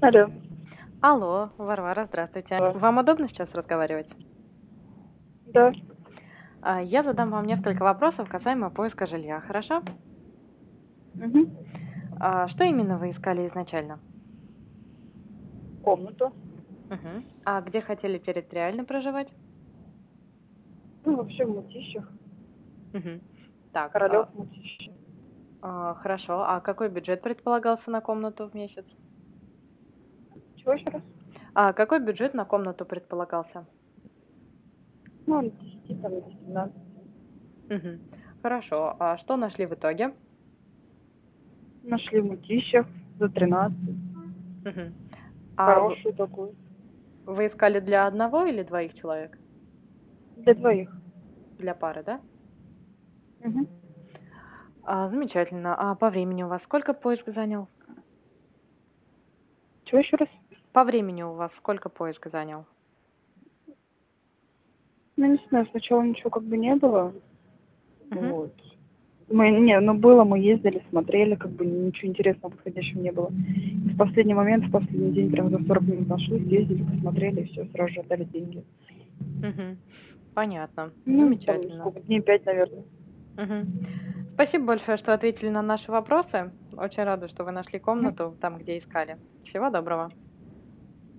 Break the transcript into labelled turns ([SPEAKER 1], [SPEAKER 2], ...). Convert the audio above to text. [SPEAKER 1] Алло.
[SPEAKER 2] Алло, Варвара, здравствуйте.
[SPEAKER 1] Да.
[SPEAKER 2] Вам удобно сейчас разговаривать?
[SPEAKER 1] Да.
[SPEAKER 2] А, Я задам вам несколько вопросов касаемо поиска жилья, хорошо?
[SPEAKER 1] Мгм.
[SPEAKER 2] А, Что именно вы искали изначально?
[SPEAKER 1] Комнату.
[SPEAKER 2] Мгм. А где хотели территориально проживать?
[SPEAKER 1] Ну, вообще в мутищах.
[SPEAKER 2] Мгм. Так,
[SPEAKER 1] Королев в мутищах.
[SPEAKER 2] а, а, хорошо. А какой бюджет предполагался на комнату в месяц?
[SPEAKER 1] Чего еще раз?
[SPEAKER 2] А какой бюджет на комнату предполагался?
[SPEAKER 1] Ну, от 10, там, или 17.
[SPEAKER 2] Мгм. Хорошо. А что нашли в итоге?
[SPEAKER 1] Нашли в мутищах за 13.
[SPEAKER 2] Мгм. А вы-
[SPEAKER 1] Хорошую такую.
[SPEAKER 2] вы искали для одного или двоих человек?
[SPEAKER 1] Для двоих.
[SPEAKER 2] Для пары, да?
[SPEAKER 1] Мгм.
[SPEAKER 2] А, замечательно. А по времени у вас сколько поиск занял?
[SPEAKER 1] Чего еще раз?
[SPEAKER 2] По времени у вас сколько поиск занял?
[SPEAKER 1] Ну, не знаю, сначала ничего как бы не было.
[SPEAKER 2] Мгм.
[SPEAKER 1] Вот. Мы, не, ну было, мы ездили, смотрели, как бы ничего интересного подходящего не было. И в последний момент, в последний день, прям за 40 минут нашли, съездили, посмотрели, и все, сразу же отдали деньги.
[SPEAKER 2] Мгм. Понятно.
[SPEAKER 1] Ну, там
[SPEAKER 2] замечательно.
[SPEAKER 1] сколько, дней пять, наверное.
[SPEAKER 2] Мгм. Спасибо большое, что ответили на наши вопросы. Очень рада, что вы нашли комнату там, где искали. Всего доброго.